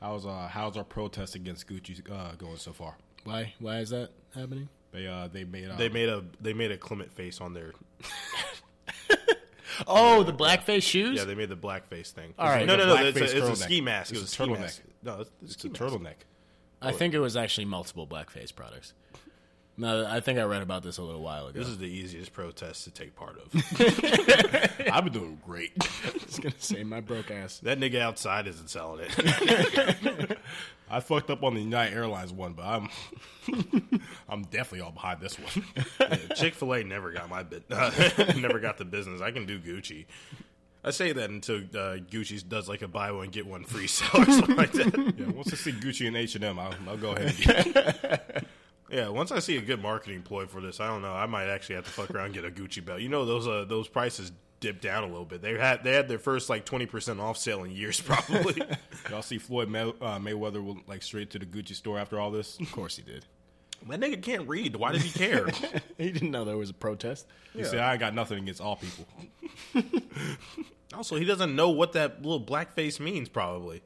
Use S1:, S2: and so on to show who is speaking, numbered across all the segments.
S1: How's uh how's our protest against Gucci uh, going so far?
S2: Why? Why is that happening?
S1: They uh they made uh,
S3: They made a they made a Clement face on their
S2: Oh, the blackface shoes.
S3: yeah they made the blackface thing.
S2: All right.
S3: no no no
S1: Blackface
S3: it's a, it's a
S1: turtleneck.
S3: ski mask. It
S1: It's a
S3: was a ski
S1: turtleneck.
S3: mask. No, it's, it's
S1: it's a turtleneck.
S2: I think it was actually multiple blackface products. No, I think I read about this a little while ago.
S3: This is the easiest protest to take part of.
S1: I've been doing great.
S2: I was gonna say my broke ass.
S3: that nigga outside isn't selling it.
S1: I fucked up on the United Airlines one, but I'm I'm definitely all behind this one.
S3: Chick Fil A never got my bit. never got the business. I can do Gucci. I say that until uh, Gucci does like a buy one get one free sale or something like that.
S1: Yeah, once I see Gucci and H and M, I'll, I'll go ahead. And get it.
S3: Yeah, once I see a good marketing ploy for this, I don't know. I might actually have to fuck around and get a Gucci belt. You know those uh, those prices dipped down a little bit. They had they had their first like twenty percent off sale in years probably.
S1: Y'all see Floyd May- uh, Mayweather will, like straight to the Gucci store after all this.
S2: Of course he did.
S3: that nigga can't read. Why does he care?
S2: He didn't know there was a protest.
S1: He said, "I ain't got nothing against all people."
S3: also, he doesn't know what that little blackface means. Probably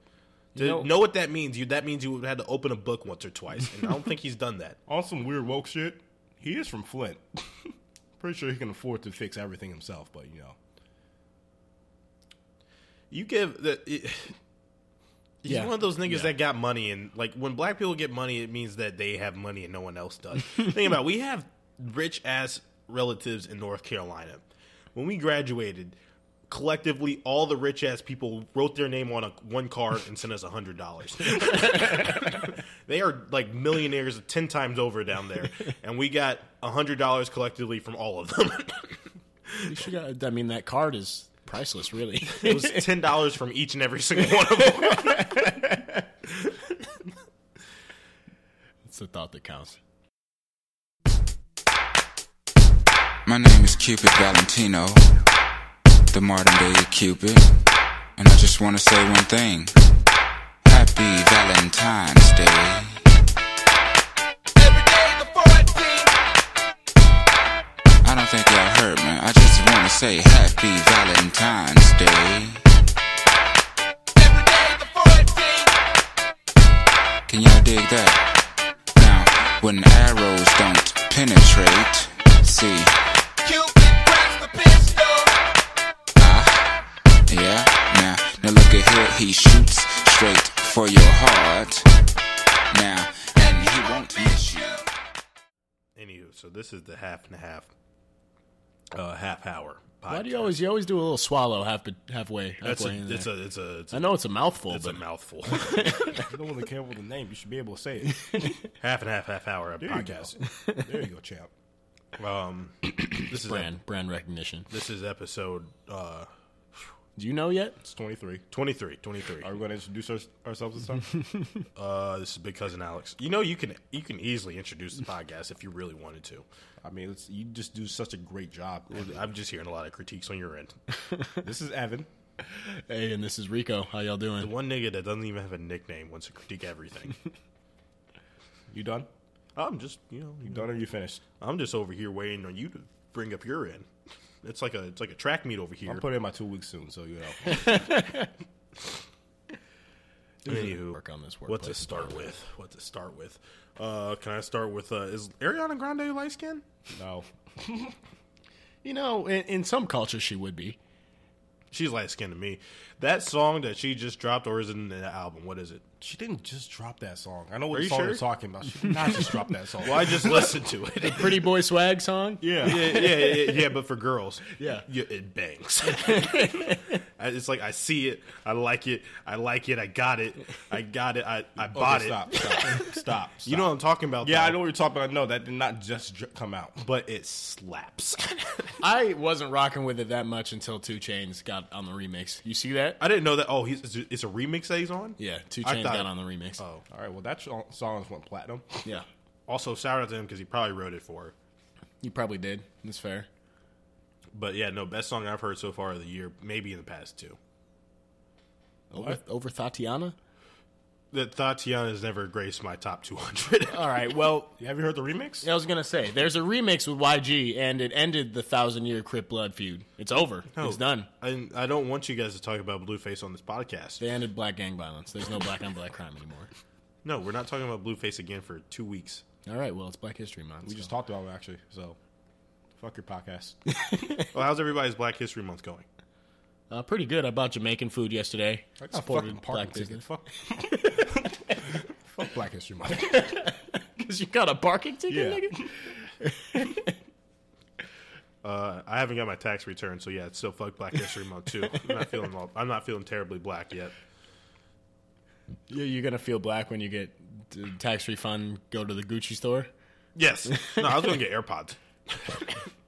S3: to
S2: know-
S3: know, what that means, you that means you would have had to open a book once or twice, and I don't think he's done that.
S1: On some weird woke shit, he is from Flint. Pretty sure he can afford to fix everything himself, but you know,
S3: You give the. It, He's
S2: Yeah.
S3: one of those niggas
S2: Yeah.
S3: that got money, and like when black people get money, it means that they have money and no one else does. Think about, it, we have rich ass relatives in North Carolina. When we graduated, collectively, all the rich ass people wrote their name on a one card and sent us a hundred dollars. they are like millionaires ten times over down there, and we got a hundred dollars collectively from all of them.
S2: You should got, I mean, that card is priceless, really.
S3: it was ten dollars from each and every single one of them.
S2: it's the thought that counts.
S4: My name is Cupid Valentino, the modern day Cupid, and I just want to say one thing. Happy Valentine's Day. I don't think y'all heard me. I just want to say Happy Valentine's Day. Can y'all dig that? Now, when arrows don't penetrate, see. Ah, yeah. Now, now look at here. He shoots straight for your heart. Now, and he won't miss you.
S3: Anywho, so this is the half and half, uh, half hour. Podcast.
S2: Why do you always you always do a little swallow half halfway? halfway
S3: That's a,
S2: in there?
S3: it's a it's a it's
S2: I
S3: a,
S2: know it's a mouthful,
S3: it's a
S2: but
S3: mouthful.
S1: you're the one that came up with the name. You should be able to say it.
S3: half and half half hour
S1: There you
S3: podcast.
S1: go. There you go, champ.
S3: Um, this is
S2: brand brand recognition.
S3: this is episode uh
S2: Do you know yet?
S1: It's 23.
S3: 23, 23.
S1: Are we going to introduce our- ourselves this time?
S3: Uh, this is big cousin Alex. You know you can you can easily introduce the podcast if you really wanted to.
S1: I mean, it's, you just do such a great job.
S3: I'm just hearing a lot of critiques on your end.
S1: This is Evan.
S2: Hey, and this is Rico. How y'all doing?
S3: One nigga that doesn't even have a nickname wants to critique everything.
S1: You done?
S3: I'm just you know
S1: You done or you finished?
S3: I'm just over here waiting on you to bring up your end. It's like a it's like a track meet over here.
S1: I'm putting in my two weeks soon, so you know.
S3: Anywho,
S2: Work on this
S3: what to
S2: workplace
S3: start with? What to start with? Uh, can I start with? Uh, is Ariana Grande light skin?
S1: No.
S2: You know, in, in some cultures she would be.
S3: She's light skinned to me. That song that she just dropped, or is it in the album? What is it?
S1: She didn't just drop that song. I know
S3: Are
S1: what
S3: you
S1: song
S3: sure?
S1: you're talking about. She did not just drop that song.
S3: Well, I just listened to it.
S2: Pretty boy swag song.
S3: Yeah. yeah, yeah, yeah, yeah, but for girls,
S2: Yeah.
S3: it bangs. I- it's like I see it, I like it, I like it, I got it, I got it, I, I
S1: Okay,
S3: bought it.
S1: stop, stop, stop, stop.
S3: You know what I'm talking about?
S1: Yeah, I
S3: though,
S1: know what you're talking about. No, that did not just dr- come out.
S3: but it slaps.
S2: I wasn't rocking with it that much until Two Chains got on the remix. You see that?
S3: I didn't know that. Oh, he's it's a remix that he's on.
S2: Yeah, Two
S3: I
S2: Chains
S3: thought-
S2: got on the remix.
S3: Oh,
S1: All right, well, that sh- song went platinum.
S2: Yeah,
S3: also shout out to him because he probably wrote it for her.
S2: you probably did. That's fair.
S3: But yeah, no, best song I've heard so far of the year, maybe in the past two.
S2: Over, over Tatiana.
S3: that Tatiana's never graced my top 200.
S2: All right. Well,
S5: Have you heard the remix?
S2: I was gonna say there's a remix with YG, and it ended the thousand year Crip Blood feud. It's over. It's done.
S3: I, I don't want you guys to talk about Blueface on this podcast.
S2: They ended black gang violence. There's no black on black crime anymore.
S3: No, we're not talking about Blueface again for two weeks.
S2: All right. Well, it's Black History Month.
S5: We
S2: so-
S5: just talked about it actually. So, fuck your podcast.
S3: Well, how's everybody's Black History Month going?
S2: uh, pretty good. I bought Jamaican food yesterday.
S5: I got a fucking
S2: Supported
S5: parking
S2: black
S5: ticket.
S2: business
S5: Fuck. fuck Black History Month.
S2: because you got a parking ticket,
S5: Yeah.
S2: nigga.
S3: Uh, I haven't got my tax return, so yeah, it's still fuck Black History Month too. I'm not feeling all, I'm not feeling terribly black yet.
S2: You- You're gonna feel black when you get the tax refund. Go to the Gucci store.
S3: Yes, no, I was gonna get AirPods.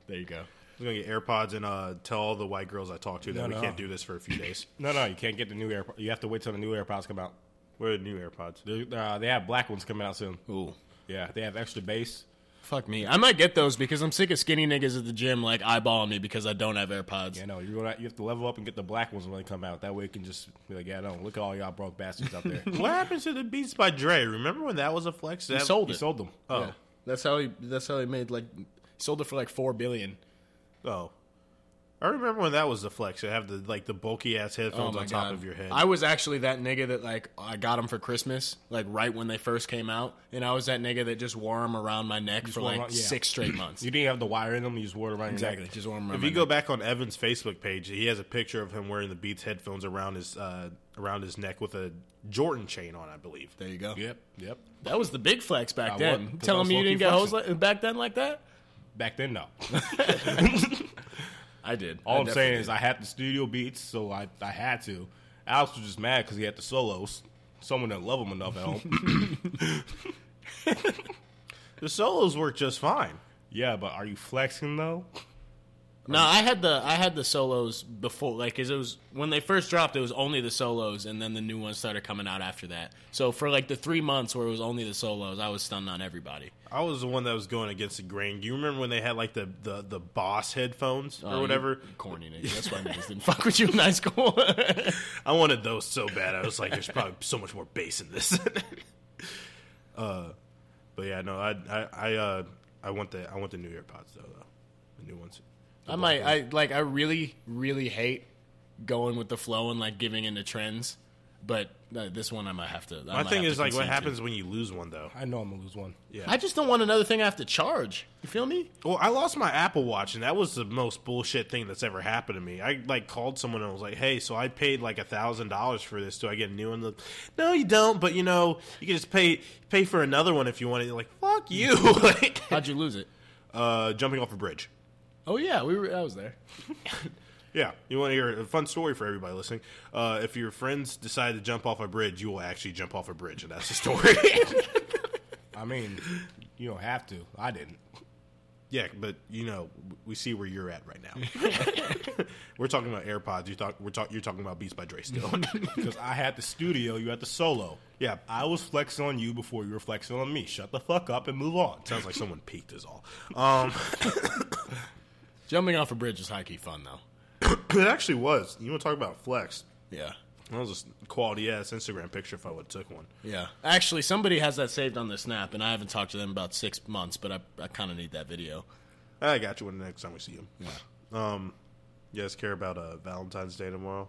S2: There you go.
S3: I was gonna get AirPods and uh, tell all the white girls I talked to that
S5: No,
S3: we
S5: no.
S3: can't do this for a few days.
S5: No, no, you can't get the new AirPods. You have to wait till the new AirPods come out.
S3: Where are the new AirPods?
S5: They're- Uh, they have black ones coming out soon.
S2: Ooh.
S5: Yeah, they have extra bass.
S2: Fuck me. I might get those because I'm sick of skinny niggas at the gym like eyeballing me because I don't have AirPods.
S5: Yeah, no, you're gonna you have to level up and get the black ones when they come out. That way, you can just be like, yeah, no, look at all y'all broke bastards out there.
S3: What happened to the Beats by Dre? Remember when that was a flex? That,
S2: He sold
S5: he
S2: it.
S5: sold them.
S3: Oh,
S2: Yeah. That's how he. That's how he made like sold it for like four billion.
S3: oh. I remember when that was the flex. To have the like the bulky ass headphones on top of your head.
S2: Oh I was actually that nigga that like I got them for Christmas, like right when they first came out, and I was that nigga that just wore them around my neck for
S5: wore 'em
S2: like
S5: around- yeah.
S2: six straight months.
S5: You didn't have the wire in them. You just wore it around
S2: exactly,
S5: your neck.
S2: just wore 'em around.
S3: If
S2: my
S3: you go
S2: neck.
S3: back on Evan's Facebook page, he has a picture of him wearing the Beats headphones around his uh, around his neck with a Jordan chain on, I believe.
S2: there you go.
S5: Yep, yep.
S2: That was the big flex back
S5: I
S2: then.
S5: wa- 'cause I
S2: Telling
S5: was
S2: me you
S5: low-key
S2: didn't get hoes
S5: flexing.
S2: like, back then like that?
S5: Back then, no.
S2: I did.
S5: All
S2: I
S5: I am saying
S2: definitely
S5: is I had the studio beats, so I, I had to. Alex was just mad because he had the solos. Someone didn't love him enough at home.
S3: The solos work just fine.
S5: yeah, but are you flexing though?
S2: did. no, I had the I had the solos before, like, 'cause it was when they first dropped. It was only the solos, and then the new ones started coming out after that. So for like the three months where it was only the solos, I was stunned on everybody.
S3: I was the one that was going against the grain. You remember when they had like the the, the Boss headphones
S2: Oh,
S3: or
S2: you
S3: whatever?
S2: corny nigga. That's why niggas didn't fuck with you in high school.
S3: I wanted those so bad. I was like, there's probably so much more bass in this. uh, but yeah, no, I I I, uh, I want the I want the new AirPods though, though the new ones.
S2: I might. I like. I really, really hate going with the flow and like giving into trends. But uh, this one, I might have to. I
S3: My
S2: might
S3: thing
S2: have
S3: is
S2: to
S3: like what
S2: concede to.
S3: happens when you lose one though.
S5: I know I'm gonna lose one.
S3: Yeah.
S2: I just don't want another thing I have to charge. You feel me?
S3: Well, I lost my Apple Watch, and that was the most bullshit thing that's ever happened to me. I like called someone and was like, "Hey, so I paid like a thousand dollars for this. Do I get a new one?" They're like, no, you don't. But you know, you can just pay pay for another one if you want it. You're like, fuck you. Like,
S2: How'd you lose it?
S3: uh, jumping off a bridge.
S2: Oh yeah, we were. I was there.
S3: Yeah, you want to hear a fun story for everybody listening? Uh, if your friends decide to jump off a bridge, you will actually jump off a bridge, and that's the story.
S5: I mean, you don't have to. I didn't.
S3: yeah, but you know, we see where you're at right now. we're talking about AirPods. You talk, we're talk, you're talking about Beats by Dre still.
S5: Because I had the studio, you had the solo.
S3: Yeah.
S5: I was flexing on you before you were flexing on me. Shut the fuck up and move on.
S3: Sounds like someone peaked is all. Um,
S2: Jumping off a bridge is high key fun though.
S3: it actually was. You want to talk about flex?
S2: Yeah.
S3: That was a quality ass Instagram picture if I would have took one.
S2: Yeah. Actually, somebody has that saved on their Snap, and I haven't talked to them in about six months. But I, I kind of need that video.
S3: I got you when the next time we see him. Yeah. Um, you guys care about uh, Valentine's Day tomorrow?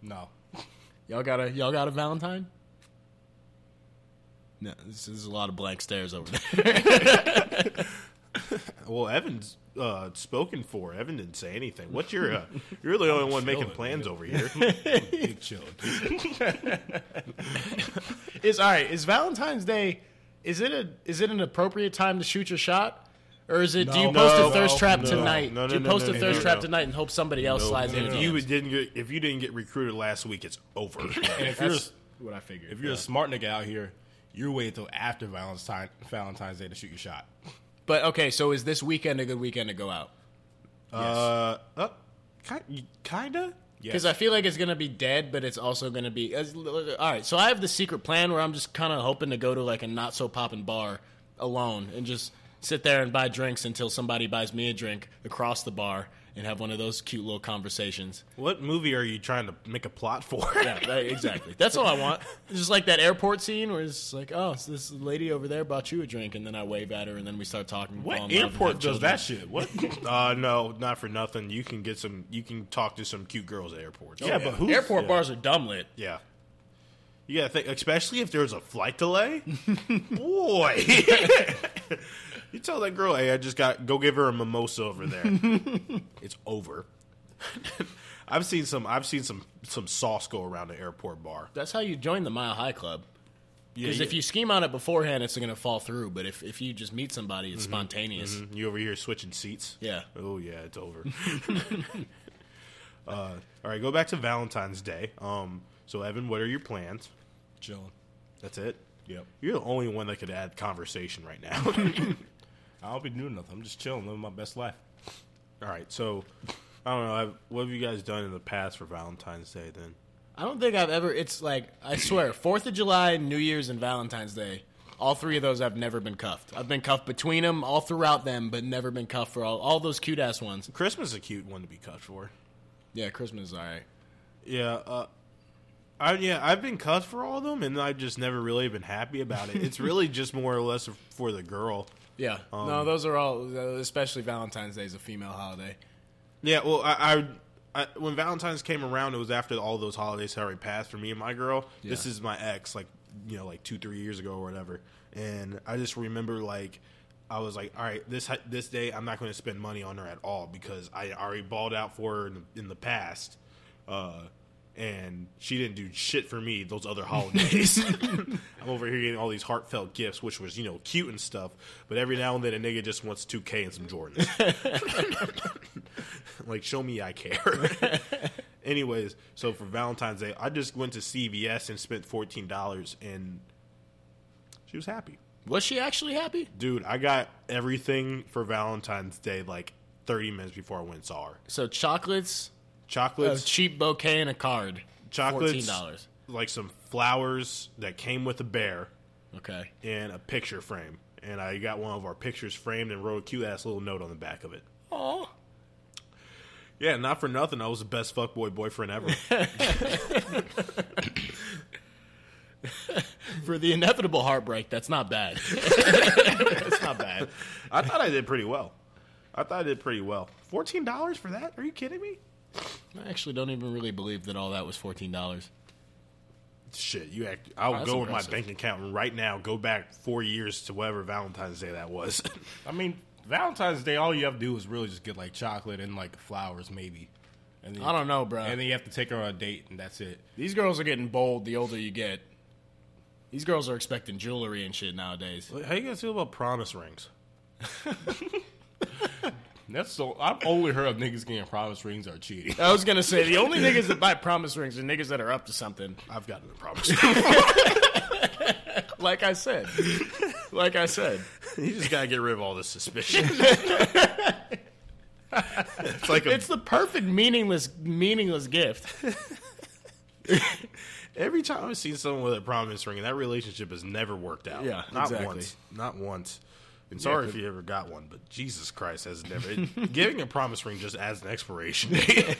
S5: No.
S2: Y'all got a y'all got a Valentine? No, this is a lot of blank stares over there.
S3: Well, Evan's uh, spoken for. Evan didn't say anything. What's your? Uh, you're the only one making
S5: chilling,
S3: plans over here.
S5: Big chill.
S2: is all right. Is Valentine's Day? Is it a is it an appropriate time to shoot your shot? Or is it? do you
S5: No,
S2: post
S5: no,
S2: a thirst
S5: no,
S2: trap
S3: no,
S2: tonight?
S3: no, no,
S2: do you
S3: no,
S2: post
S3: no,
S2: a
S3: no,
S2: thirst
S3: no,
S2: trap
S3: no.
S2: tonight and hope somebody else slides in?
S3: if you didn't get, if you didn't get recruited last week, it's over.
S5: And if you're
S2: what I figured.
S5: if you're a smart nigga out here, you're waiting till after Valentine Valentine's Day to shoot your shot.
S2: but okay, so is this weekend a good weekend to go out?
S3: uh, uh, ki- kinda.
S2: Because I feel like it's gonna be dead, but it's also gonna be as, all right. So I have the secret plan where I'm just kind of hoping to go to like a not so poppin' bar alone and just sit there and buy drinks until somebody buys me a drink across the bar, and have one of those cute little conversations.
S3: What movie are you trying to make a plot for?
S2: Yeah, right, exactly. That's all I want. It's just like that airport scene where it's like, oh, so this lady over there bought you a drink, and then I wave at her, and then we start talking. fall
S5: What
S2: in love, and have
S5: airport does
S2: children.
S5: that shit? What?
S3: Um, uh, no, not for nothing. You can get some. You can talk to some cute girls at airports.
S5: Yeah, but who?
S2: Airport bars are dumb lit.
S3: Yeah. You gotta think, especially if there's a flight delay. Boy, you tell that girl, "Hey, I just got go give her a mimosa over there." it's over. I've seen some. I've seen some some sauce go around the airport bar.
S2: That's how you join the Mile High Club. Because
S3: yeah.
S2: if you scheme on it beforehand, it's going to fall through. But if, if you just meet somebody, it's spontaneous.
S3: You over here switching seats?
S2: Yeah.
S3: Oh yeah, it's over. uh, all right, go back to Valentine's Day. Um, so Evan, what are your plans?
S5: Chilling.
S3: That's it.
S5: Yep.
S3: You're the only one that could add conversation right now.
S5: I don't be doing nothing. I'm just chilling, living my best life.
S3: All right, so I don't know. I've, what have you guys done in the past for Valentine's Day? Then
S2: I don't think I've ever. It's like I swear, Fourth of July, New Year's, and Valentine's Day. All three of those, I've never been cuffed. I've been cuffed between them, all throughout them, but never been cuffed for all all those cute ass ones.
S3: Christmas is a cute one to be cut for.
S2: Yeah, Christmas is all right.
S3: Yeah, uh, I yeah, I've been cussed for all of them, and I've just never really been happy about it. It's really just more or less for the girl.
S2: Yeah, no, those are all. Especially Valentine's Day is a female holiday.
S3: Yeah, well, I, I, I when Valentine's came around, it was after all those holidays had already passed for me and my girl. This
S2: Yeah.
S3: is my ex, like you know, like two three years ago or whatever. And I just remember like I was like, all right, this ha- this day I'm not going to spend money on her at all because I already balled out for her in the, in the past, uh, and she didn't do shit for me those other holidays. I'm over here getting all these heartfelt gifts, which was you know cute and stuff, but every now and then a nigga just wants 2K and some Jordans like show me I care. Anyways, so for Valentine's Day, I just went to CVS and spent fourteen dollars, and she was happy.
S2: Was she actually happy?
S3: Dude, I got everything for Valentine's Day like thirty minutes before I went and saw her.
S2: So chocolates, a
S3: Chocolates,
S2: cheap bouquet, and a card.
S3: Chocolates.
S2: fourteen dollars.
S3: like some flowers that came with a bear
S2: Okay.
S3: and a picture frame, and I got one of our pictures framed and wrote a cute ass little note on the back of it.
S2: Oh.
S3: Yeah, not for nothing. I was the best fuckboy boyfriend ever.
S2: For the inevitable heartbreak, that's not bad.
S3: That's not bad. I thought I did pretty well. I thought I did pretty well. Fourteen dollars for that? Are you kidding me?
S2: I actually don't even really believe that all that was fourteen dollars.
S3: Shit, you act. I'll
S2: That's
S3: go
S2: impressive.
S3: in my bank account right now. Go back four years to whatever Valentine's Day that was.
S5: I mean, Valentine's Day, all you have to do is really just get like chocolate and like flowers, maybe. And then
S2: I don't know, bro.
S5: And then you have to take her on a date, and that's it.
S2: These girls are getting bold the older you get. These girls are expecting jewelry and shit nowadays.
S3: How you guys feel about promise rings?
S5: And that's so. I've only heard of niggas getting promise rings are cheating.
S2: I was gonna say the only niggas that buy promise rings are niggas that are up to something.
S3: I've gotten a promise. ring.
S2: Like I said, like I said,
S3: you just gotta get rid of all this suspicion. it's like a,
S2: it's the perfect meaningless, meaningless gift.
S3: every time I've seen someone with a promise ring, that relationship has never worked out.
S2: Yeah,
S3: not
S2: exactly.
S3: once. Not once. And sorry if you ever got one, but Jesus Christ has never it- giving a promise ring just as an expiration date.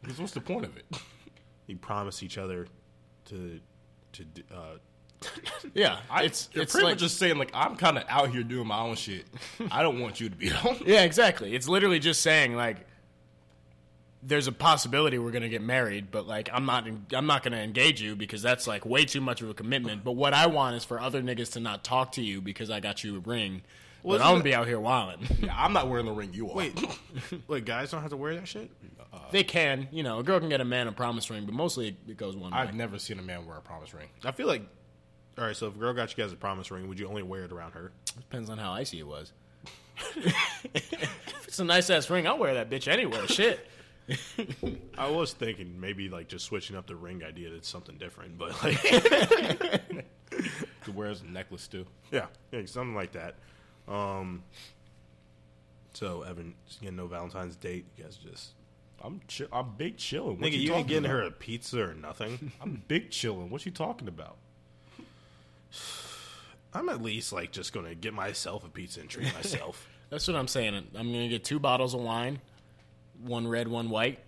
S5: Because what's the point of it?
S3: you promise each other to to d- uh,
S2: Yeah,
S5: I,
S2: it's
S5: you're
S2: it's
S5: pretty
S2: like
S5: much just saying like I'm kind of out here doing my own shit. I don't want you to be on.
S2: yeah, exactly. It's literally just saying like, there's a possibility we're gonna get married, but like I'm not I'm not gonna engage you because that's like way too much of a commitment. But what I want is for other niggas to not talk to you because I got you a ring. But I'm gonna be out here wilding.
S5: Yeah, I'm not wearing the ring you are.
S3: wait. wait, guys don't have to wear that shit.
S2: They can, you know, a girl can get a man a promise ring, but mostly it goes one
S5: I've
S2: way.
S5: never seen a man wear a promise ring.
S3: I feel like all right. So if a girl got you guys a promise ring, would you only wear it around her?
S2: Depends on how icy it was. if it's a nice ass ring, I'll wear that bitch anywhere. Shit.
S3: I was thinking maybe like just switching up the ring idea to something different, but like
S5: He wears a necklace too.
S3: yeah, yeah, something like that. Um, so Evan, just getting no Valentine's date. You guys just
S5: I'm chill. I'm big chilling. What
S3: nigga, you ain't
S5: talking
S3: getting
S5: about?
S3: her a pizza or nothing.
S5: I'm big chilling. What you talking about?
S3: I'm at least like just gonna get myself a pizza and treat myself.
S2: That's what I'm saying. I'm gonna get two bottles of wine, one red, one white,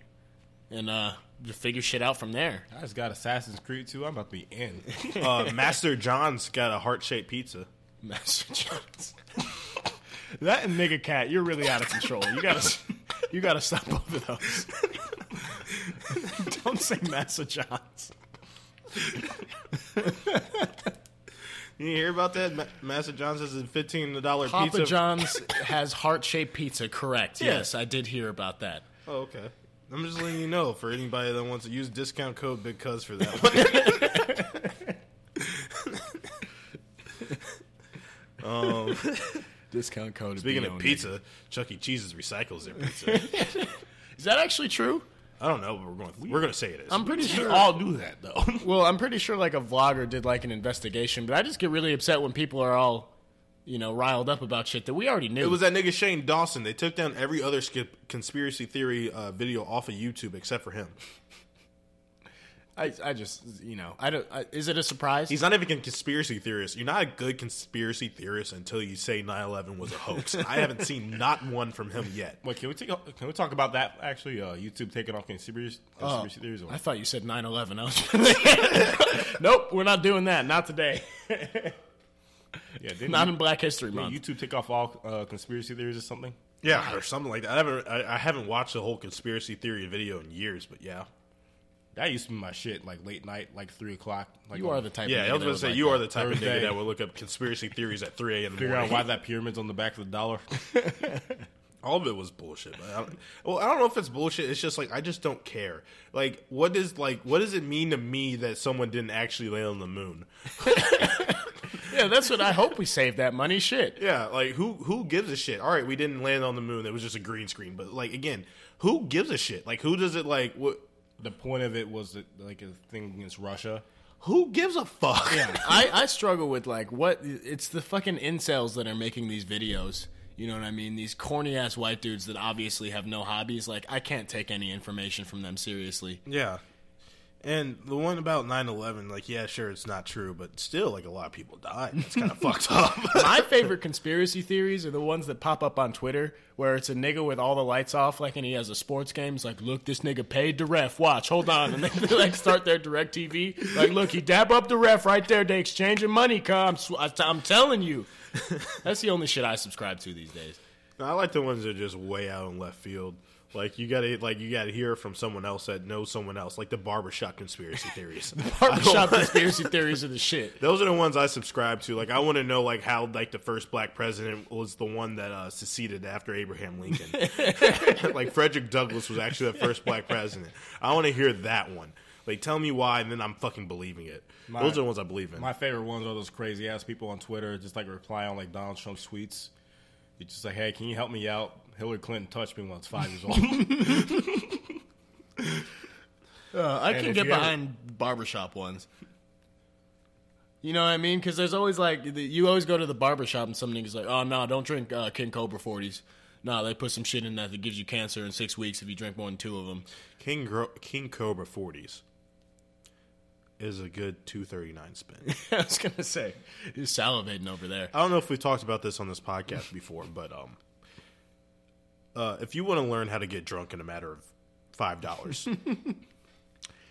S2: and uh, just figure shit out from there.
S5: I just got Assassin's Creed 2. I'm about to be in.
S3: Uh, Master John's got a heart shaped pizza.
S2: Master John's.
S5: that and nigga cat, you're really out of control. You gotta, you gotta stop both of those. Don't say Massa Johns.
S3: You hear about that? Ma- Master John's is a fifteen dollar
S2: Papa
S3: pizza.
S2: John's has heart shaped pizza, correct. Yes, I did hear about that.
S3: Oh, okay. I'm just letting you know for anybody that wants to use discount code Big Cuz for that one.
S2: Discount code.
S3: Speaking of pizza, Chuck E. Cheese's recycles their pizza.
S2: Is that actually true?
S3: I don't know, but we're going. We're going to say it is.
S2: I'm pretty sure.
S5: all do that though.
S2: Well, I'm pretty sure like a vlogger did like an investigation, but I just get really upset when people are all, you know, riled up about shit that we already knew.
S3: It was that nigga Shane Dawson. They took down every other skip conspiracy theory uh, video off of YouTube except for him.
S2: I, I just, you know, I don't. I, is it a surprise?
S3: He's not even a conspiracy theorist. You're not a good conspiracy theorist until you say 9/11 was a hoax. I haven't seen not one from him yet.
S5: Wait, can we take, can we talk about that actually? Uh, YouTube taking off conspiracy,
S3: Uh,
S5: conspiracy theories. uh, Or
S2: I thought you said 9/11. I was- nope, we're not doing that. Not today.
S5: yeah, didn't
S2: Not
S5: you-
S2: in Black History
S5: didn't
S2: Month.
S5: YouTube take off all uh, conspiracy theories or something?
S3: Yeah, or something like that. I haven't. I, I haven't watched a whole conspiracy theory video in years, but yeah.
S5: That used to be my shit. Like late night, like three o'clock. Like
S2: you
S5: on-
S2: are the type.
S3: Yeah,
S2: of nigga
S3: I was
S2: that
S3: gonna
S2: would
S3: say
S2: like
S3: you
S2: that.
S3: are the type of
S5: Thursday.
S3: nigga that would look up conspiracy theories at 3 a.m. in the
S5: figure out
S3: morning.
S5: why that pyramid's on the back of the dollar.
S3: All of it was bullshit. But I don't, well, I don't know if it's bullshit. It's just like I just don't care. Like, what does like what does it mean to me that someone didn't actually land on the moon?
S2: Yeah, that's what I hope we save that money. Shit.
S3: Yeah, like who who gives a shit? All right, we didn't land on the moon. It was just a green screen. But like again, who gives a shit? Like who does it? Like what?
S5: the point of it was that, like a thing against Russia.
S3: Who gives a fuck? Yeah.
S2: I, I struggle with like what it's the fucking incels that are making these videos. You know what I mean? These corny ass white dudes that obviously have no hobbies. Like I can't take any information from them seriously.
S3: yeah. And the one about 9-11, like yeah, sure, it's not true, but still, like a lot of people died. It's kind of fucked up.
S2: My favorite conspiracy theories are the ones that pop up on Twitter where it's a nigga with all the lights off, like, and he has a sports game. It's like, look, this nigga paid the ref. Watch, hold on. And they, like, start their direct TV. Like, look, he dab up the ref right there. They exchanging money, cum. I'm, sw- I- I'm telling you. That's the only shit I subscribe to these days.
S3: No, I like the ones that are just way out in left field. Like you gotta like you gotta hear from someone else that knows someone else, like the barbershop conspiracy theories.
S2: Barbershop conspiracy theories are the shit.
S3: Those are the ones I subscribe to. Like I want to know like how like the first black president was the one that uh, seceded after Abraham Lincoln. like Frederick Douglass was actually the first black president. I want to hear that one. Like tell me why, and then I'm fucking believing it. Those are the ones I believe in.
S5: My favorite ones are those crazy ass people on Twitter just like reply on like Donald Trump's tweets. It's just like, hey, can you help me out? Hillary Clinton touched me when I was five years old.
S2: Uh, I can
S5: if
S2: get
S5: you ever-
S2: behind barbershop ones. You know what I mean? Because there's always like the, you always go to the barbershop and some niggas like, oh no, don't drink uh, King Cobra forties. No, they put some shit in that that gives you cancer in six weeks if you drink more than two of them.
S3: King Gro- King Cobra 40s is a good 239 spin.
S2: I was gonna say, you're salivating over there.
S3: I don't know if we've talked about this on this podcast before, but um, uh, if you want to learn how to get drunk in a matter of five dollars,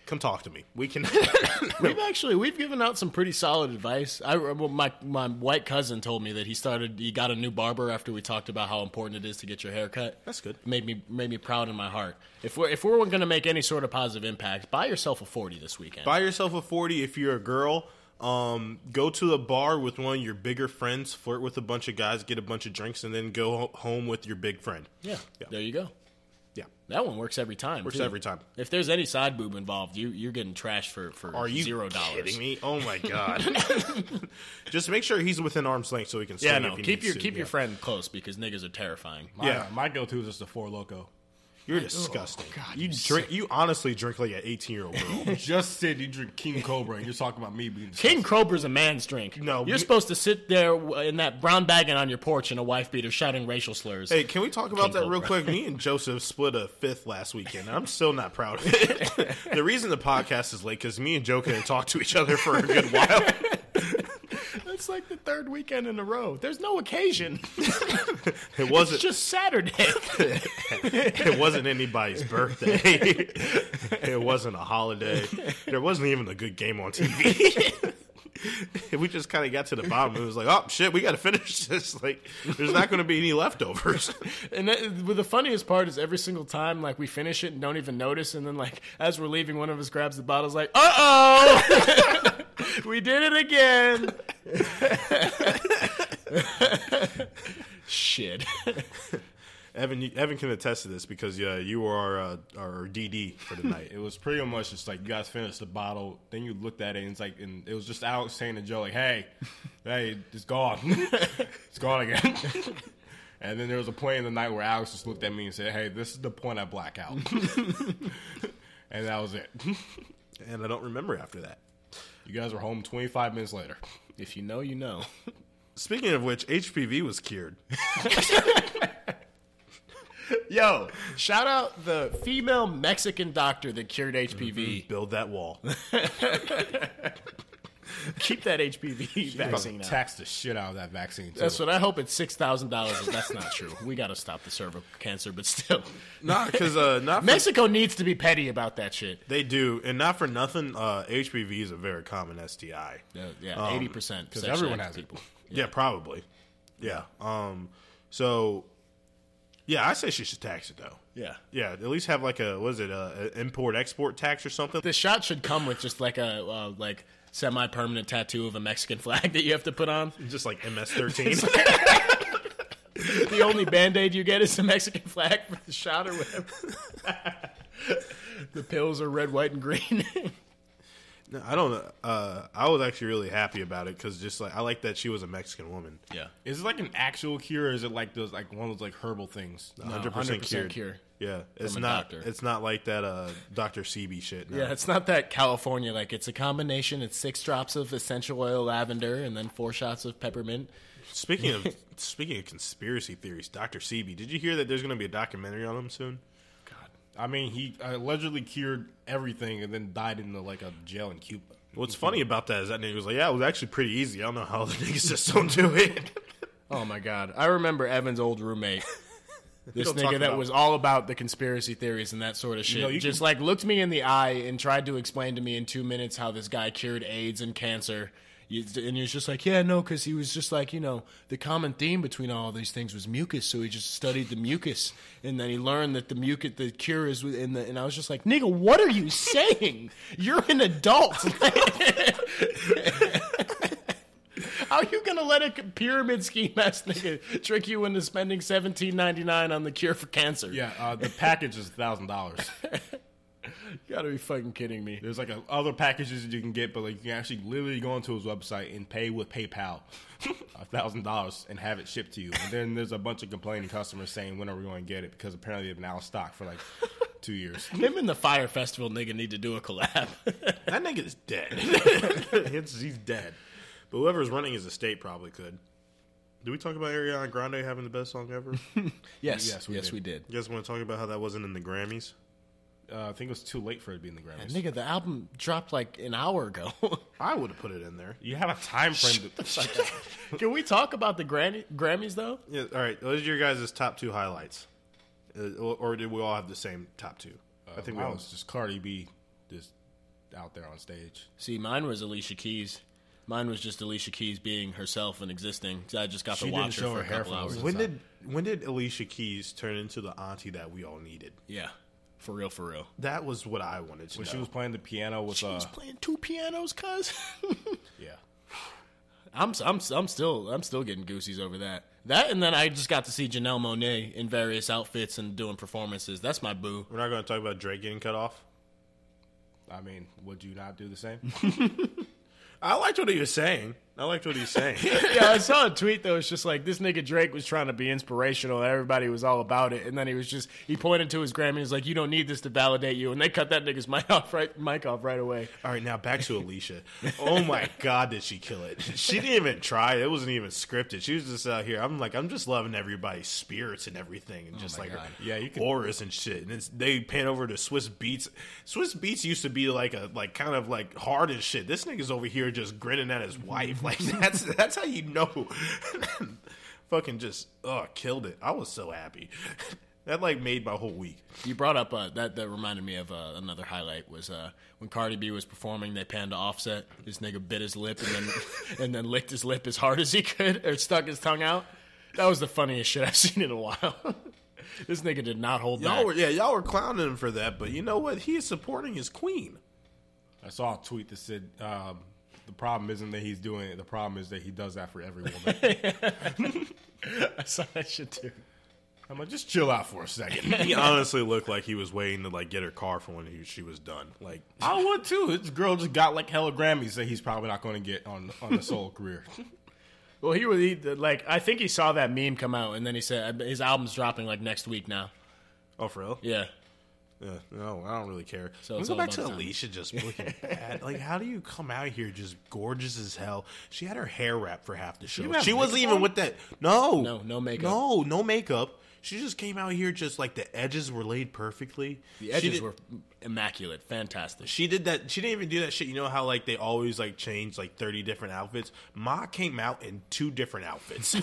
S3: come talk to me. We can.
S2: We've actually we've given out some pretty solid advice. I well, my my white cousin told me that he started he got a new barber after we talked about how important it is to get your hair cut.
S3: That's good.
S2: Made me made me proud in my heart. If we're if we're going to make any sort of positive impact, buy yourself a forty this weekend.
S3: Buy yourself a forty if you're a girl. Um, go to a bar with one of your bigger friends, flirt with a bunch of guys, get a bunch of drinks, and then go ho- home with your big friend.
S2: Yeah,
S3: Yeah.
S2: there you go.
S3: Yeah,
S2: That one works every time.
S3: works
S2: too.
S3: every time.
S2: If there's any side boob involved, you you're getting trashed for for
S3: Are you
S2: zero dollars.
S3: kidding me? Oh my god! Just make sure he's within arm's length so he can.
S2: Yeah,
S3: swing
S2: no.
S3: if he
S2: Keep
S3: needs
S2: your
S3: to.
S2: keep your
S3: Yeah.
S2: friend close because niggas are terrifying.
S5: My,
S3: Yeah.
S5: my go to is just the four loco.
S3: You're disgusting.
S2: Oh,
S3: you drink. You honestly drink like an 18 year old girl.
S5: Just said you drink King Cobra and you're talking about me being
S2: King Krober's a man's drink.
S3: No,
S2: you're
S3: me-
S2: supposed to sit there w- in that brown bag and on your porch in a wife beater shouting racial slurs.
S3: hey, can we talk
S2: King
S3: about that real
S2: Cobra.
S3: quick? Me and Joseph split a fifth last weekend. and I'm still not proud of it. the reason the podcast is late because me and Joe couldn't talk to each other for a good while.
S2: That's like the third weekend in a row. There's no occasion.
S3: It wasn't.
S2: It's just Saturday.
S3: it wasn't anybody's birthday. it wasn't a holiday. There wasn't even a good game on TV. we just kind of got to the bottom. It was like, oh shit, we got to finish this. Like, there's not going to be any leftovers.
S2: And that, well, the funniest part is every single time, like we finish it and don't even notice, and then like as we're leaving, one of us grabs the bottle's like, "Uh oh, we did it again." Shit.
S3: Evan, you, Evan can attest to this because uh, you were our, uh, our DD for the night.
S1: It was pretty much just like you guys finished the bottle, then you looked at it and it's like, and it was just Alex saying to Joe like, "Hey, hey, it's gone, it's gone again." and then there was a point in the night where Alex just looked at me and said, "Hey, this is the point I black out," and that was it.
S3: and I don't remember after that.
S1: You guys were home 25 minutes later.
S2: If you know, you know.
S3: Speaking of which, HPV was cured.
S2: Yo, shout out the female Mexican doctor that cured HPV.
S3: Build that wall.
S2: Keep that HPV vaccine
S1: Fucking
S2: out.
S1: taxed the shit out of that vaccine. Too.
S2: That's what I hope. It's six thousand dollars. If that's not true, we got to stop the cervical cancer. But still,
S3: not because uh, not for
S2: Mexico needs to be petty about that shit.
S3: They do, and not for nothing. Uh, HPV is a very common STI. Yeah,
S2: Uh, yeah, eighty percent because
S1: everyone has it.
S2: people.
S3: probably. Yeah. Um. So, yeah, I say she should tax it though.
S2: Yeah.
S3: Yeah, at least have like a was it a import export tax or something?
S2: The shot should come with just like a uh, like semi-permanent tattoo of a Mexican flag that you have to put on.
S3: Just like MS thirteen.
S2: The only band-aid you get is the Mexican flag for the shot or whatever. the pills are red, white, and green.
S3: I don't. know. Uh, I was actually really happy about it because just like I like that she was a Mexican woman.
S2: yeah,
S1: Is it like an actual cure, or is it like those like one of those like herbal things?
S3: Hundred
S2: 100%
S3: percent cured.
S2: cure.
S3: Yeah, it's
S2: a
S3: not.
S2: doctor.
S3: It's not like that. Uh, Doctor CB shit. No.
S2: yeah. It's not that California like it's a combination. It's six drops of essential oil lavender and then four shots of peppermint.
S3: Speaking of speaking of conspiracy theories, Doctor CB. Did you hear that there's going to be a documentary on him soon?
S1: I mean, he allegedly cured everything and then died in the, like a jail in Cuba.
S3: What's funny about that is that nigga was like, "Yeah, it was actually pretty easy. I don't know how the niggas just don't do it."
S2: Oh my god! I remember Evan's old roommate. This
S3: don't talk
S2: nigga that
S3: about-
S2: was all about the conspiracy theories and that sort of shit
S1: know, you
S2: just like looked me in the eye and tried to explain to me in two minutes how this guy cured AIDS and cancer. You- And he was just like, yeah, no, because he was just like, you know, the common theme between all these things was mucus, so he just studied the mucus, and then he learned that the mucus, the cure is within the. And I was just like, nigga, what are you saying? You're an adult. How you gonna let a pyramid scheme ass nigga trick you into spending seventeen ninety nine on the cure for cancer?
S1: Yeah, uh, the package is thousand dollars.
S2: you gotta be fucking kidding me.
S1: There's like a, other packages that you can get, but like you can actually literally go onto his website and pay with PayPal a thousand dollars and have it shipped to you. And then there's a bunch of complaining customers saying, "When are we going to get it?" Because apparently they've been out of stock for like two years.
S2: Him and the Fire Festival nigga need to do a collab.
S3: that nigga is dead. It's- he's dead. But whoever's running his estate probably could. Did we talk about Ariana Grande having the best song ever? you
S2: yes,
S1: Yes, we did.
S2: did.
S3: guys want to talk about how that wasn't in the Grammys?
S1: Uh, I think it was too late for it to be in the Grammys.
S2: Nigga, the album dropped like an hour ago.
S3: I would have put it in there.
S1: you have a time frame. To,
S2: Can we talk about the Grammy- Grammys though?
S3: Yeah, all right, those are your guys' top two highlights, Uh, or, or did we all have the same top two? I think we
S1: wow,
S3: all.
S1: it's just Cardi B just out there on stage.
S2: See, mine was Alicia Keys. Mine was just Alicia Keys being herself and existing. 'cause I just got
S1: She
S2: to
S1: didn't
S2: watch her
S1: show
S2: for
S1: her
S2: a
S1: hair
S2: couple
S1: for
S2: hours.
S1: most
S3: When did when did Alicia Keys turn into the auntie that we all needed?
S2: Yeah, for real, for real.
S3: That was what I wanted to
S1: When
S3: know.
S1: she was playing the piano with, uh,
S2: He's playing two pianos, cuz.
S1: yeah,
S2: I'm, I'm I'm still I'm still getting goosies over that. That and then I just got to see Janelle Monet in various outfits and doing performances. That's my boo.
S3: We're not going to talk about Drake getting cut off.
S1: I mean, would you not do the same?
S3: I liked what he was saying. I liked what he was saying.
S2: yeah, I saw a tweet that was just like this nigga Drake was trying to be inspirational and everybody was all about it, and then he was just he pointed to his Grammy and was like, You don't need this to validate you and they cut that nigga's mic off right mic off right away.
S3: All right, now back to Alicia. Oh my God, did she kill it? She didn't even try. It wasn't even scripted. She was just out here. I'm like, I'm just loving everybody's spirits and everything, and just like her
S1: Yeah, you can-
S3: auras and shit. And it's, they pan over to Swiss Beats. Swiss Beats used to be like a like kind of like hard as shit. This nigga's over here just grinning at his wife. Like that's that's how you know. Fucking just oh, killed it. I was so happy. That like made my whole week.
S2: You brought up uh, that that reminded me of uh, another highlight was uh, when Cardi B was performing. They panned to Offset. This nigga bit his lip and then and then licked his lip as hard as he could, or stuck his tongue out. That was the funniest shit I've seen in a while. this nigga did not hold
S3: Y'all
S2: back.
S3: were yeah, y'all were clowning him for that, but you know what? He is supporting his queen.
S1: I saw a tweet that said, um, "The problem isn't that he's doing it. The problem is that he does that for every woman."
S2: I saw that shit too.
S1: I'm like, just chill out for a second.
S3: He honestly looked like he was waiting to like get her car for when he, she was done. Like
S1: I would too. This girl just got like hella Grammys that he's probably not going to get on on the solo career.
S2: Well, he was he, like, I think he saw that meme come out, and then he said his album's dropping like next week now.
S3: oh for real?
S2: Yeah,
S3: Yeah, no, I don't really care.
S2: So
S3: Let me
S2: it's
S3: go
S2: all
S3: back
S2: about
S3: to
S2: timing.
S3: Alicia just looking bad. Like, how do you come out here just gorgeous as hell? She had her hair wrapped for half the show.
S1: have
S3: She wasn't
S1: makeup
S3: even with that. No,
S2: No, no makeup.
S3: No, no makeup. She just came out here just like the edges were laid perfectly.
S2: the edges
S3: she did,
S2: were immaculate, fantastic.
S3: She did that. She didn't even do that shit. You know how like they always like change like thirty different outfits. Ma came out in two different outfits.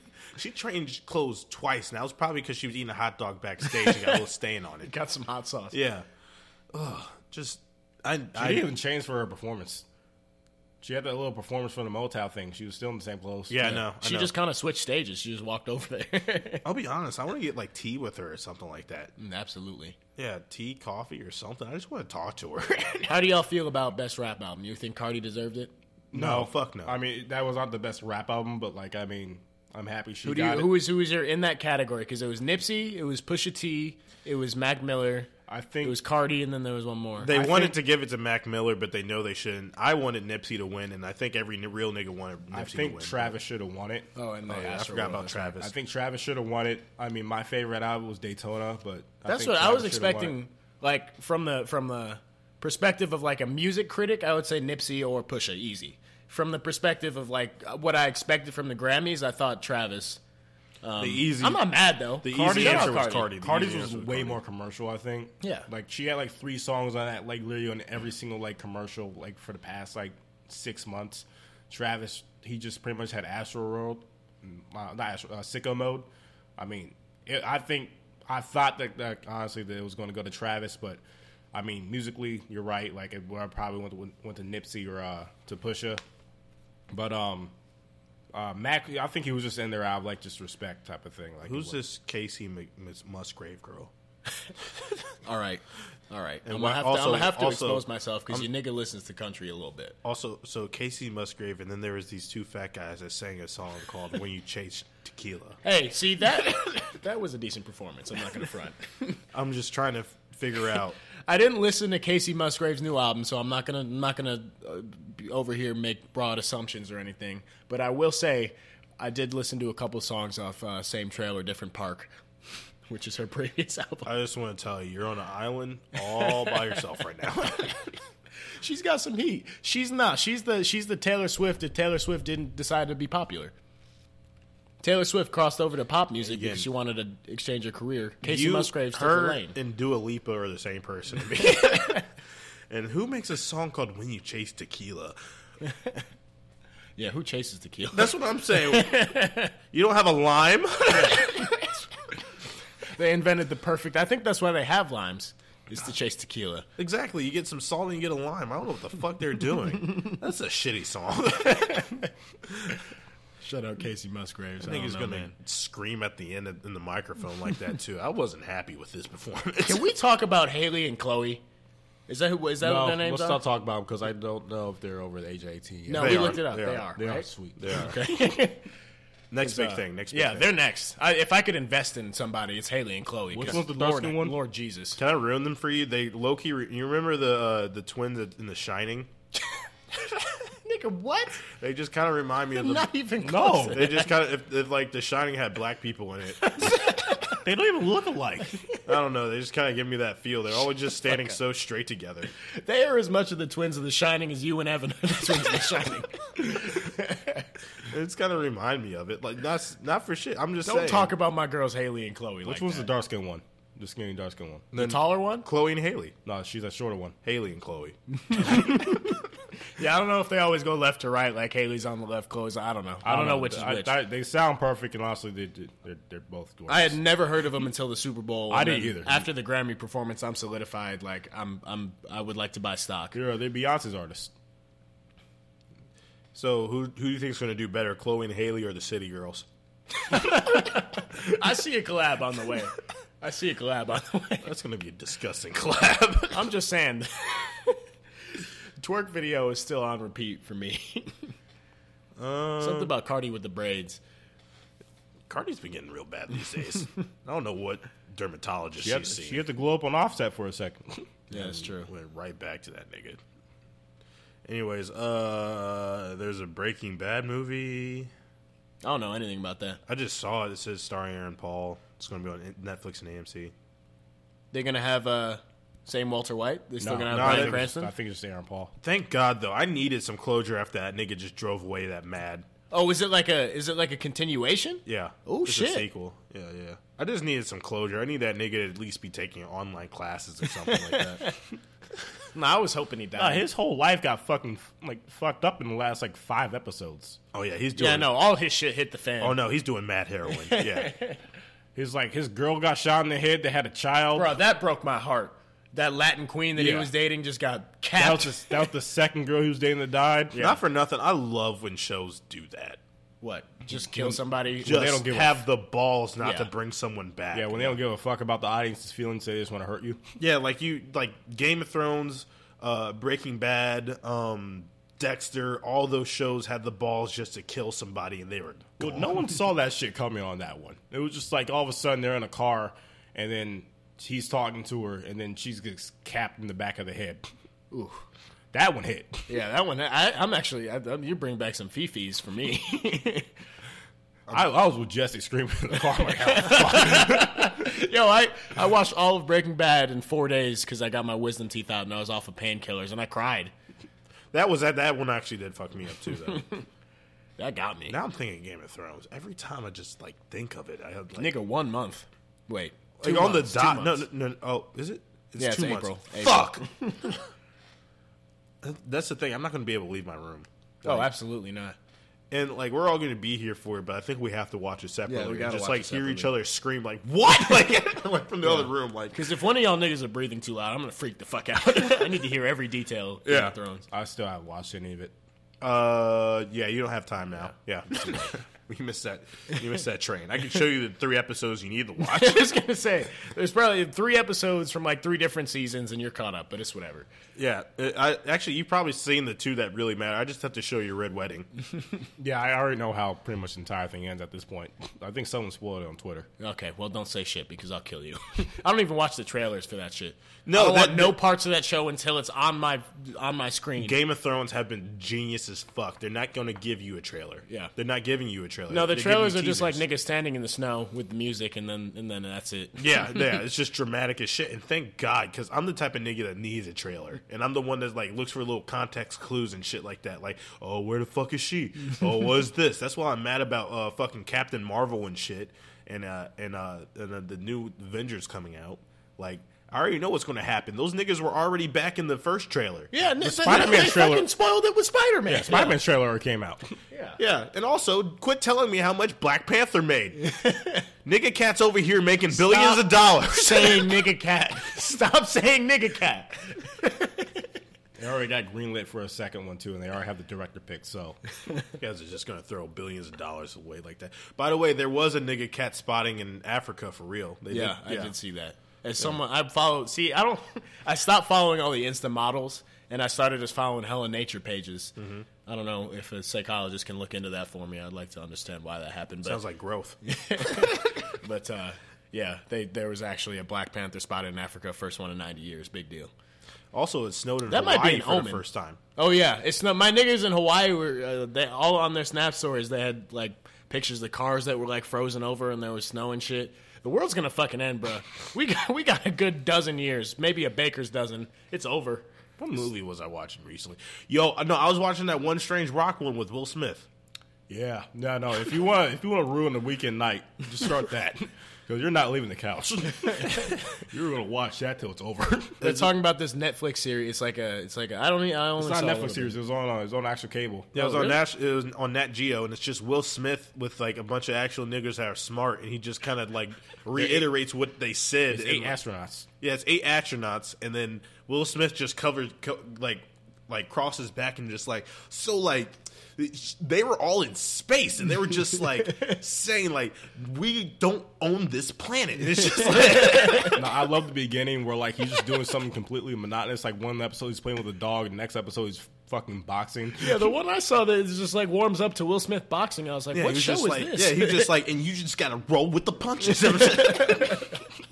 S3: she changed clothes twice, and that was probably because she was eating a hot dog backstage and got a little stain on it.
S2: Got some hot sauce.
S3: Yeah. Ugh. Just I.
S1: I
S3: I
S1: didn't even change for her performance. She had that little performance from the Motown thing. She was still in the same clothes.
S3: yeah. No. I
S2: She
S3: know.
S2: just kind of switched stages. She just walked over there.
S3: I'll be honest. I want to get like tea with her or something like that.
S2: Absolutely.
S3: Yeah, tea, coffee, or something. I just want to talk to her.
S2: How do y'all feel about best rap album? You think Cardi deserved it?
S3: no, fuck no.
S1: I mean, that was not the best rap album, but like, I mean, I'm happy she
S2: Who do you,
S1: got it.
S2: who is who is your in that category? Because it was Nipsey, it was Pusha T, it was Mac Miller,
S1: I
S2: it
S1: think
S2: was Cardi, and then there was one more.
S3: They
S1: I think-
S3: wanted to give it to Mac Miller, but they know they shouldn't. I wanted Nipsey to win, and I think every n- real nigga wanted Nipsey
S1: I
S3: to
S1: think
S3: win.
S1: Travis should have won it.
S2: oh, and
S3: Yeah, I forgot about Travis.
S1: I think Travis should have won it. I mean, my favorite album was Daytona, but I
S2: That's
S1: think Travis should
S2: what I was
S1: have won it.
S2: expecting. Like from the from the perspective of like a music critic, I would say Nipsey or Pusha, easy. From the perspective of like what I expected from the Grammys, I thought Travis.
S3: the easy.
S2: I'm not mad though.
S3: the
S2: Cardi-
S3: easy
S2: shout out
S3: answer was
S2: Cardi.
S3: Cardi. The
S1: Cardi's
S3: easy
S1: was
S3: answer
S1: way more commercial, I think.
S2: Yeah.
S1: like she had like three songs on that, like literally on every single like commercial, like for the past like six months. Travis, he just pretty much had Astro World, uh, not Astro, uh, Sicko Mode. I mean, it, I think I thought that, that honestly that it was going to go to Travis, but I mean, musically, you're right. Like, it, I probably went to, went to Nipsey or uh, to Pusha, but um. Uh, Mac, I think he was just in there out of like just respect type of thing. Like, it
S3: Who's
S1: wa-
S3: this Casey Mc- Miss Musgrave girl?
S2: All right, all right. I'm gonna
S3: why-
S2: have to, I'm
S3: also-
S2: gonna have to
S3: also-
S2: expose myself because your nigga listens to country a little bit.
S3: Also, so Casey Musgrave, and then there was these two fat guys that sang a song called "When You Chase Tequila."
S2: Hey, see that that was a decent performance. I'm not gonna front.
S3: I'm just trying to f- figure out.
S2: I didn't listen to Casey Musgrave's new album, so I'm not gonna I'm not gonna uh, be over here make broad assumptions or anything. But I will say, I did listen to a couple songs off uh, "Same Trailer, Different Park," which is her previous album.
S3: I just want to tell you, you're on an island all by yourself right now.
S2: She's got some heat. She's not. She's the she's the Taylor Swift. If Taylor Swift didn't decide to be popular. Taylor Swift crossed over to pop music
S3: Again,
S2: because she wanted to exchange her career. Casey
S3: you,
S2: Musgraves took the
S3: her,
S2: lane.
S3: and Dua Lipa are the same person to me. and who makes a song called "When You Chase Tequila"?
S2: Yeah, who chases tequila?
S3: That's what I'm saying. you don't have a lime.
S2: They invented the perfect. I think that's why they have limes, is to chase tequila.
S3: exactly. You get some salt and you get a lime. I don't know what the fuck they're doing. That's a shitty song.
S2: Shout out Casey Musgraves.
S3: I think he's gonna scream at the end of, in the microphone like that too. I wasn't happy with this performance.
S2: Can we talk about Haley and Chloe? Is that who? Is that
S1: No,
S2: what their names
S1: let's
S2: are?
S1: not talk about them because I don't know if they're over the age of 18 yet.
S2: no,
S3: They
S2: we
S3: are.
S2: looked it up.
S3: They
S2: They,
S3: are.
S2: are.
S1: they are
S2: right?
S1: sweet.
S3: Yeah. Next big thing. Next. Big
S2: uh, Yeah,
S3: thing.
S2: they're next. I, if I could invest in somebody, it's Haley and Chloe.
S1: Which
S2: 'cause
S1: one's the
S2: Lord,
S1: dark-skinned one?
S2: Lord Jesus.
S3: Can I ruin them for you? They low key. Re- you remember the uh, the twins in The Shining?
S2: Nigga, what?
S3: They just kind of remind me of the.
S2: Not even
S1: No.
S2: close.
S3: They just kind of if, if like The Shining had black people in it.
S1: They don't even look alike.
S3: I don't know. They just kind of give me that feel. They're always just standing so straight together.
S2: They are as much of the twins of The Shining as you and Evan are the twins of The Shining.
S3: It's kind of remind me of it. Like not not for shit. I'm just
S2: Don't
S3: saying.
S2: talk about my girls Haley and Chloe.
S1: Which
S2: like
S1: one's
S2: that.
S1: the dark skinned one? The skinny dark skinned one.
S2: the taller one?
S3: Chloe and Haley.
S1: No, she's a shorter one.
S3: Haley and Chloe.
S2: yeah, I don't know if they always go left to right, like Haley's on the left, Chloe's. I don't know. I don't, know, which is
S1: I-
S2: which. I,
S1: I- they sound perfect, and honestly, they, they- they're they're both gorgeous.
S2: had never heard of them until the Super Bowl.
S1: I
S2: and
S1: didn't
S2: then
S1: either.
S2: After the Grammy performance, I'm solidified. Like I'm, I'm, I would like to buy stock.
S1: they're, they're Beyonce's artists.
S3: So who who do you think's going to do better, Chloe and Haley or the City Girls?
S2: I see a collab on the way. I see a collab on the way.
S3: That's going to be a disgusting collab.
S2: I'm just saying. Twerk video is still on repeat for me. Um, Something about Cardi with the braids.
S3: Cardi's been getting real bad these days. I don't know what dermatologist
S1: She had,
S3: she's
S1: to,
S3: seen.
S1: she had to glow up on Offset for a second.
S2: Yeah, that's true.
S3: Went right back to that nigga. Anyways, uh, there's a Breaking Bad movie.
S2: I don't know anything about that.
S3: I just saw it. It says starring Aaron Paul. It's going to be on Netflix and AMC.
S2: They're gonna have uh, same Walter White. They're still gonna have
S3: no, I
S2: Bryan
S3: think-
S2: Cranston.
S1: I think it's Aaron Paul.
S3: Thank God though. I needed some closure after that nigga just drove away that mad.
S2: Oh, is it like a is it like a continuation?
S3: Yeah.
S2: Oh,
S3: It's
S2: shit.
S3: A sequel. Yeah, yeah. I just needed some closure. I need that nigga to at least be taking online classes or something like that.
S2: No, I was hoping he died.
S1: Nah, his whole life got fucking like fucked up in the last like five episodes.
S3: Oh yeah, he's doing.
S2: yeah, no, all his shit hit the fan.
S3: Oh no, he's doing mad heroin. Yeah.
S1: His like his girl got shot in the head. They had a child.
S2: Bro, that broke my heart. That Latin queen that he
S1: Yeah.
S2: was dating just got
S1: that
S2: capped.
S1: was the, that was the second girl he was dating that died.
S3: Not for nothing. I love when shows do that.
S2: what? Just kill somebody.
S3: Just
S1: don't give a-
S3: have the balls not
S2: Yeah.
S3: to bring someone back.
S1: Yeah, when they don't give a fuck about the audience's feelings, they just want to hurt you.
S3: Yeah, like you like Game of Thrones, uh, Breaking Bad, um, Dexter. All those shows had the balls just to kill somebody, and they were.
S1: Well, no one saw that shit coming on that one. It was just like all of a sudden they're in a car, and then he's talking to her, and then she gets capped in the back of the head. Ooh, that one hit.
S2: yeah, that one. I, I'm actually. I, I'm- you bring back some fifis for me.
S1: I, I was with Jesse screaming in the car like, "How the fuck?"
S2: Yo, I, I watched all of Breaking Bad in four days because I got my wisdom teeth out and I was off of painkillers and I cried.
S3: That was that. That one actually did fuck me up too. Though.
S2: That got me.
S3: now I'm thinking Game of Thrones. Every time I just like think of it, I have like,
S2: Nigga, one month. Wait.
S3: like,
S2: two
S3: on
S2: months, two
S3: the dot. No,
S2: months.
S3: no, no, Oh, is it? It's
S2: Yeah, it's
S3: two months.
S2: April.
S3: Fuck. That's the thing. I'm not going to be able to leave my room.
S2: Oh, absolutely not.
S3: And like we're all going to be here for it, but I think we have to watch it separately. and
S2: gotta
S3: just
S2: watch
S3: like
S2: it
S3: hear each
S2: separately.
S3: other scream like what, like, like from the other room, like
S2: Because if one of y'all niggas are breathing too loud, I'm gonna freak the fuck out. I need to hear every detail. of Game
S3: Yeah.
S2: of Thrones.
S1: I still haven't watched any of it.
S3: Uh, yeah, you don't have time now. Yeah, you missed that. You missed that train. I can show you the three episodes you need to watch.
S2: I was gonna say there's probably three episodes from like three different seasons, and you're caught up, but it's whatever.
S3: Yeah, uh, I actually you've probably seen the two that really matter. I just have to show you Red Wedding.
S1: Yeah, I already know how pretty much the entire thing ends at this point. I think someone spoiled it on Twitter.
S2: Okay, well don't say shit because I'll kill you. I don't even watch the trailers for that shit.
S3: No,
S2: I don't
S3: that-
S2: want no parts of that show until it's on my on my screen.
S3: Game of Thrones have been genius as fuck. They're not going to give you a trailer.
S2: Yeah.
S3: they're not giving you a trailer.
S2: no, the
S3: They're giving
S2: trailers
S3: you
S2: are just like
S3: teasers.
S2: niggas standing in the snow with the music, and then and then that's it.
S3: Yeah, yeah, it's just dramatic as shit. And thank God, because I'm the type of nigga that needs a trailer, and I'm the one that like looks for little context clues and shit like that. Like, oh, where the fuck is she? Oh, what is this? That's why I'm mad about uh, fucking Captain Marvel and shit, and uh, and uh, and uh, the new Avengers coming out. Like, I already know what's going to happen. Those niggas were already back in the first trailer.
S2: Yeah, the
S1: Spider-Man
S2: they
S1: trailer-
S2: fucking spoiled it with Spider Man.
S1: Spider Man's trailer already came out.
S3: Yeah, and also quit telling me how much Black Panther made. Nigga cat's over here making billions of dollars.
S2: saying nigga cat. Stop saying nigga cat.
S1: They already got greenlit for a second one too, and they already have the director pick. So
S3: You guys are just gonna throw billions of dollars away like that. By the way, there was a nigga cat spotting in Africa for real. They
S2: Yeah, I
S3: yeah.
S2: did see that. As someone, I followed. See, I don't. I stopped following all the Insta models, and I started just following hella nature pages.
S3: Mm-hmm.
S2: I don't know if a psychologist can look into that for me. I'd like to understand why that happened. But,
S3: Sounds like growth.
S2: but uh, yeah, they, there was actually a Black Panther spotted in Africa, first one in ninety years. Big deal.
S3: Also, it snowed in
S2: That might
S3: Hawaii
S2: be an
S3: for the
S2: omen.
S3: first time.
S2: Oh yeah, it's not my niggas in Hawaii were uh, they all on their snap stories. They had like pictures of the cars that were like frozen over and there was snow and shit. The world's gonna fucking end, bro. We got we got a good dozen years, maybe a baker's dozen. It's over.
S3: What movie was I watching recently? Yo, uh, no, I was watching that one Strange Rock one with Will Smith.
S1: yeah, no, no. If you want, if you want to ruin the weekend night, just start that. Because you're not leaving the couch. you're gonna watch that till it's over.
S2: They're talking about this Netflix series. It's like a. It's like a, I don't. e- I only
S1: it's not
S2: saw
S1: Netflix
S2: a little
S1: series. It was on. Uh, it was on actual cable.
S3: Yeah, it was
S6: Oh,
S3: on
S6: really?
S3: Nash. It was on Nat Geo, and it's just Will Smith with like a bunch of actual niggers that are smart, and he just kind of like reiterates what they said.
S1: It's
S3: and,
S1: eight
S3: like-
S1: astronauts.
S3: Yeah, it's eight astronauts, and then Will Smith just covers co- like like crosses back and just like so like they were all in space and they were just like saying like we don't own this planet. And it's just like
S1: No, I love the beginning where like he's just doing something completely monotonous. Like one episode he's playing with a dog, and the next episode he's fucking boxing.
S2: bit. Yeah, the one I saw that is just like warms up to Will Smith boxing. I was like,
S3: yeah, he
S2: what
S3: was
S2: show
S3: just
S2: is
S3: like
S2: this?
S3: yeah, he was just like and you just got to roll with the punches. I'm just-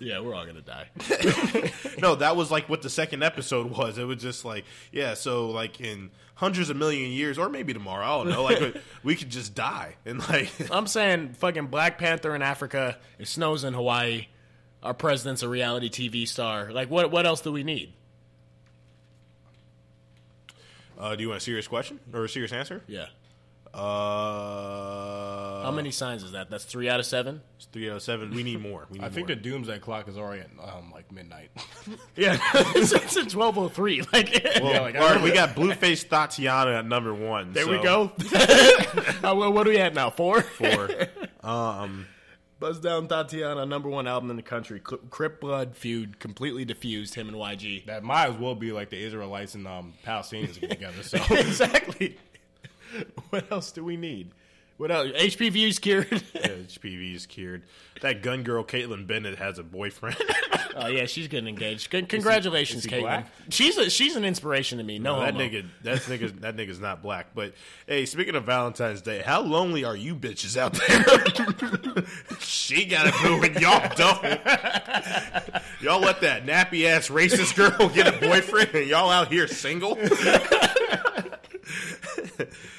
S2: yeah, we're all gonna die.
S3: no, that was like what the second episode was. It was just like, yeah, so like in hundreds of million years, or maybe tomorrow, I don't know. Like we could just die and like,
S2: I'm saying fucking Black Panther in Africa. It snows in Hawaii. Our president's a reality TV star. Like, what? What else do we need?
S3: uh, do you want a serious question or a serious answer?
S2: Yeah.
S3: Uh,
S2: How
S1: Um,
S2: many signs is that? That's three out of seven.
S3: It's Uh, three out of seven. We need more. We need
S1: I think
S3: more.
S1: the doomsday clock is already at um, like midnight.
S2: Yeah, it's, it's a twelve oh three. Like,
S3: Well,
S1: yeah, like, I
S3: all right,
S1: don't-
S3: we got Blueface Tatiana at number one.
S2: there we
S3: so-
S2: go. Uh, well, what are we at now? Four.
S3: Or,
S2: Buzz Down Tatiana, number one album in the country. Cl- Crip Blood feud completely diffused him and YG.
S1: that might as well be like the Israelites and um, Palestinians get together. So
S2: exactly. What else do we need? What else? HPV's cured.
S3: yeah, HPV is cured. That gun girl Caitlyn Bennett has a boyfriend.
S2: oh yeah, she's getting engaged. Con- congratulations,
S1: is he
S2: Caitlyn.
S1: black?
S2: She's a, she's an inspiration to me. No,
S3: that
S2: homo.
S3: nigga, that nigga, that nigga's not black. But hey, speaking of Valentine's Day, how lonely are you bitches out there? she got it moving, y'all don't. Y'all let that nappy ass racist girl get a boyfriend, and y'all out here single.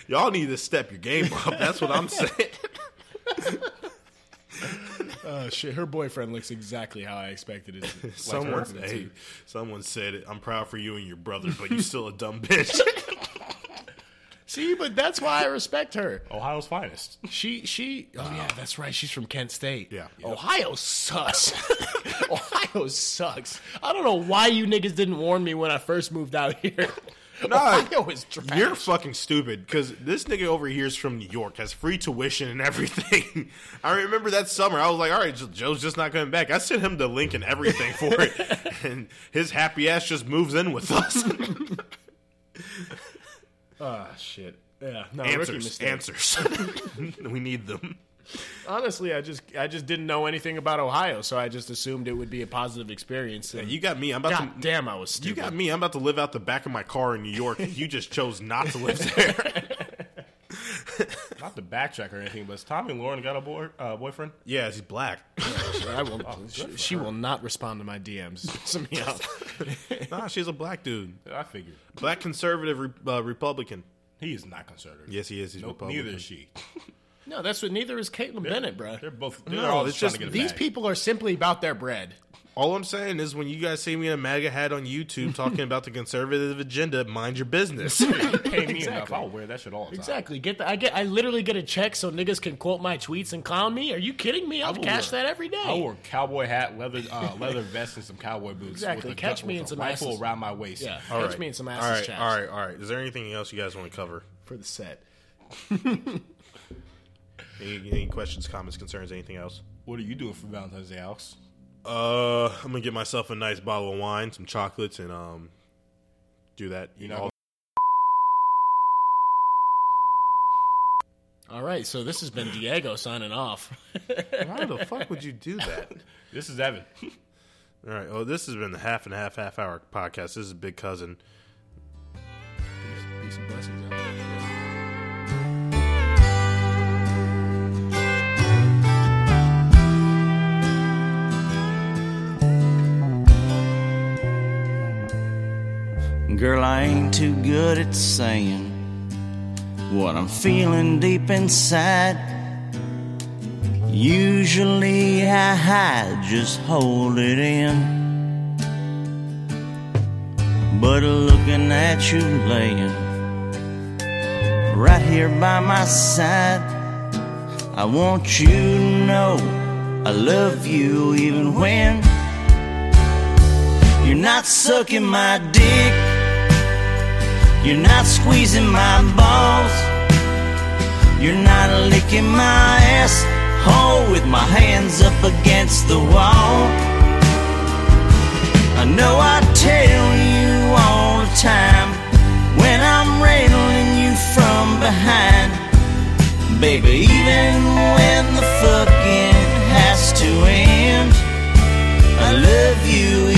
S3: y'all need to step your game up. That's what I'm saying.
S2: Oh shit, her boyfriend looks exactly how I expected it. to- like,
S3: Someone,
S2: coincidence.
S3: hey, someone said it. I'm proud for you and your brother, but you still a dumb bitch.
S2: See, but that's why I respect her.
S3: Oh.
S1: Ohio's finest.
S2: She she oh yeah, that's right. She's from Kent State.
S3: Yeah.
S2: Ohio sucks. Ohio sucks. I don't know why you niggas didn't warn me when I first moved out here. Ohio is trash.
S3: You're fucking stupid because this nigga over here is from New York, has free tuition and everything. I remember that summer, I was like, all right, Jo- Joe's just not coming back. I sent him the link and everything for it, and his happy ass just moves in with us.
S2: Ah shit. Yeah, no, rookie
S3: answers,
S2: mistake.
S3: answers. we need them.
S2: Honestly, I just I just didn't know anything about Ohio, so I just assumed it would be a positive experience. and
S3: You got me. I'm about
S2: God
S3: to.
S2: damn, I was
S3: You
S2: stupid.
S3: got me. I'm about to live out the back of my car in New York. and You just chose not to live there.
S1: Not to backtrack or anything, but has Tommy Lauren got a boy, uh, boyfriend?
S3: yeah, he's black.
S2: I will, she she will not respond to my DMs. Some yeah.
S3: Nah, she's a black dude.
S1: I figured
S3: Black conservative re- uh, Republican.
S1: he is not conservative.
S3: Yes, he is. He's
S1: Nope,
S3: Republican.
S1: neither is she.
S2: No, that's what neither is Caitlyn Bennett, bro.
S1: They're both. They're
S3: No,
S1: all
S3: it's
S1: just trying
S3: just
S1: to get it
S2: Oh, These
S1: back.
S2: people are simply about their bread.
S3: All I'm saying is when you guys see me in a MAGA hat on YouTube talking about the conservative agenda, mind your business.
S1: pay me enough. I'll wear that shit all the time.
S2: Exactly. Get the, I get. I literally get a check so niggas can quote my tweets and clown me. Are you kidding me? I'll
S1: will
S2: cash
S1: wear-
S2: that every day.
S1: I wore a cowboy hat, leather uh, leather vest, and some cowboy boots.
S2: Exactly.
S1: With a,
S2: Catch
S1: gun-
S2: me
S1: with
S2: in
S1: a
S2: some
S1: rifle
S2: asses.
S1: around my waist.
S2: yeah,
S3: All
S2: catch
S3: right.
S2: me in some
S3: all
S2: ass
S3: right,
S2: chaps
S3: all right, all right. Is there anything else you guys want to cover?
S2: for the set.
S3: Any, any questions, comments, concerns, anything else?
S1: What are you doing for Valentine's Day, Alex?
S3: Uh, I'm gonna get myself a nice bottle of wine, some chocolates, and um, do that. You know,
S2: All right. So this has been Diego signing off.
S3: why the fuck would you do that?
S1: This is Evan.
S3: All right. Well, this has been the half and half half hour podcast. This is Big Cousin.
S2: Peace and blessings. out there.
S7: Girl, I ain't too good at saying what I'm feeling deep inside. Usually I hide, just hold it in. But looking at you laying right here by my side, I want you to know I love you even when you're not sucking my dick, you're not squeezing my balls, you're not licking my asshole with my hands up against the wall. I know I tell you all the time when I'm railing you from behind. Baby, even when the fucking has to end, I love you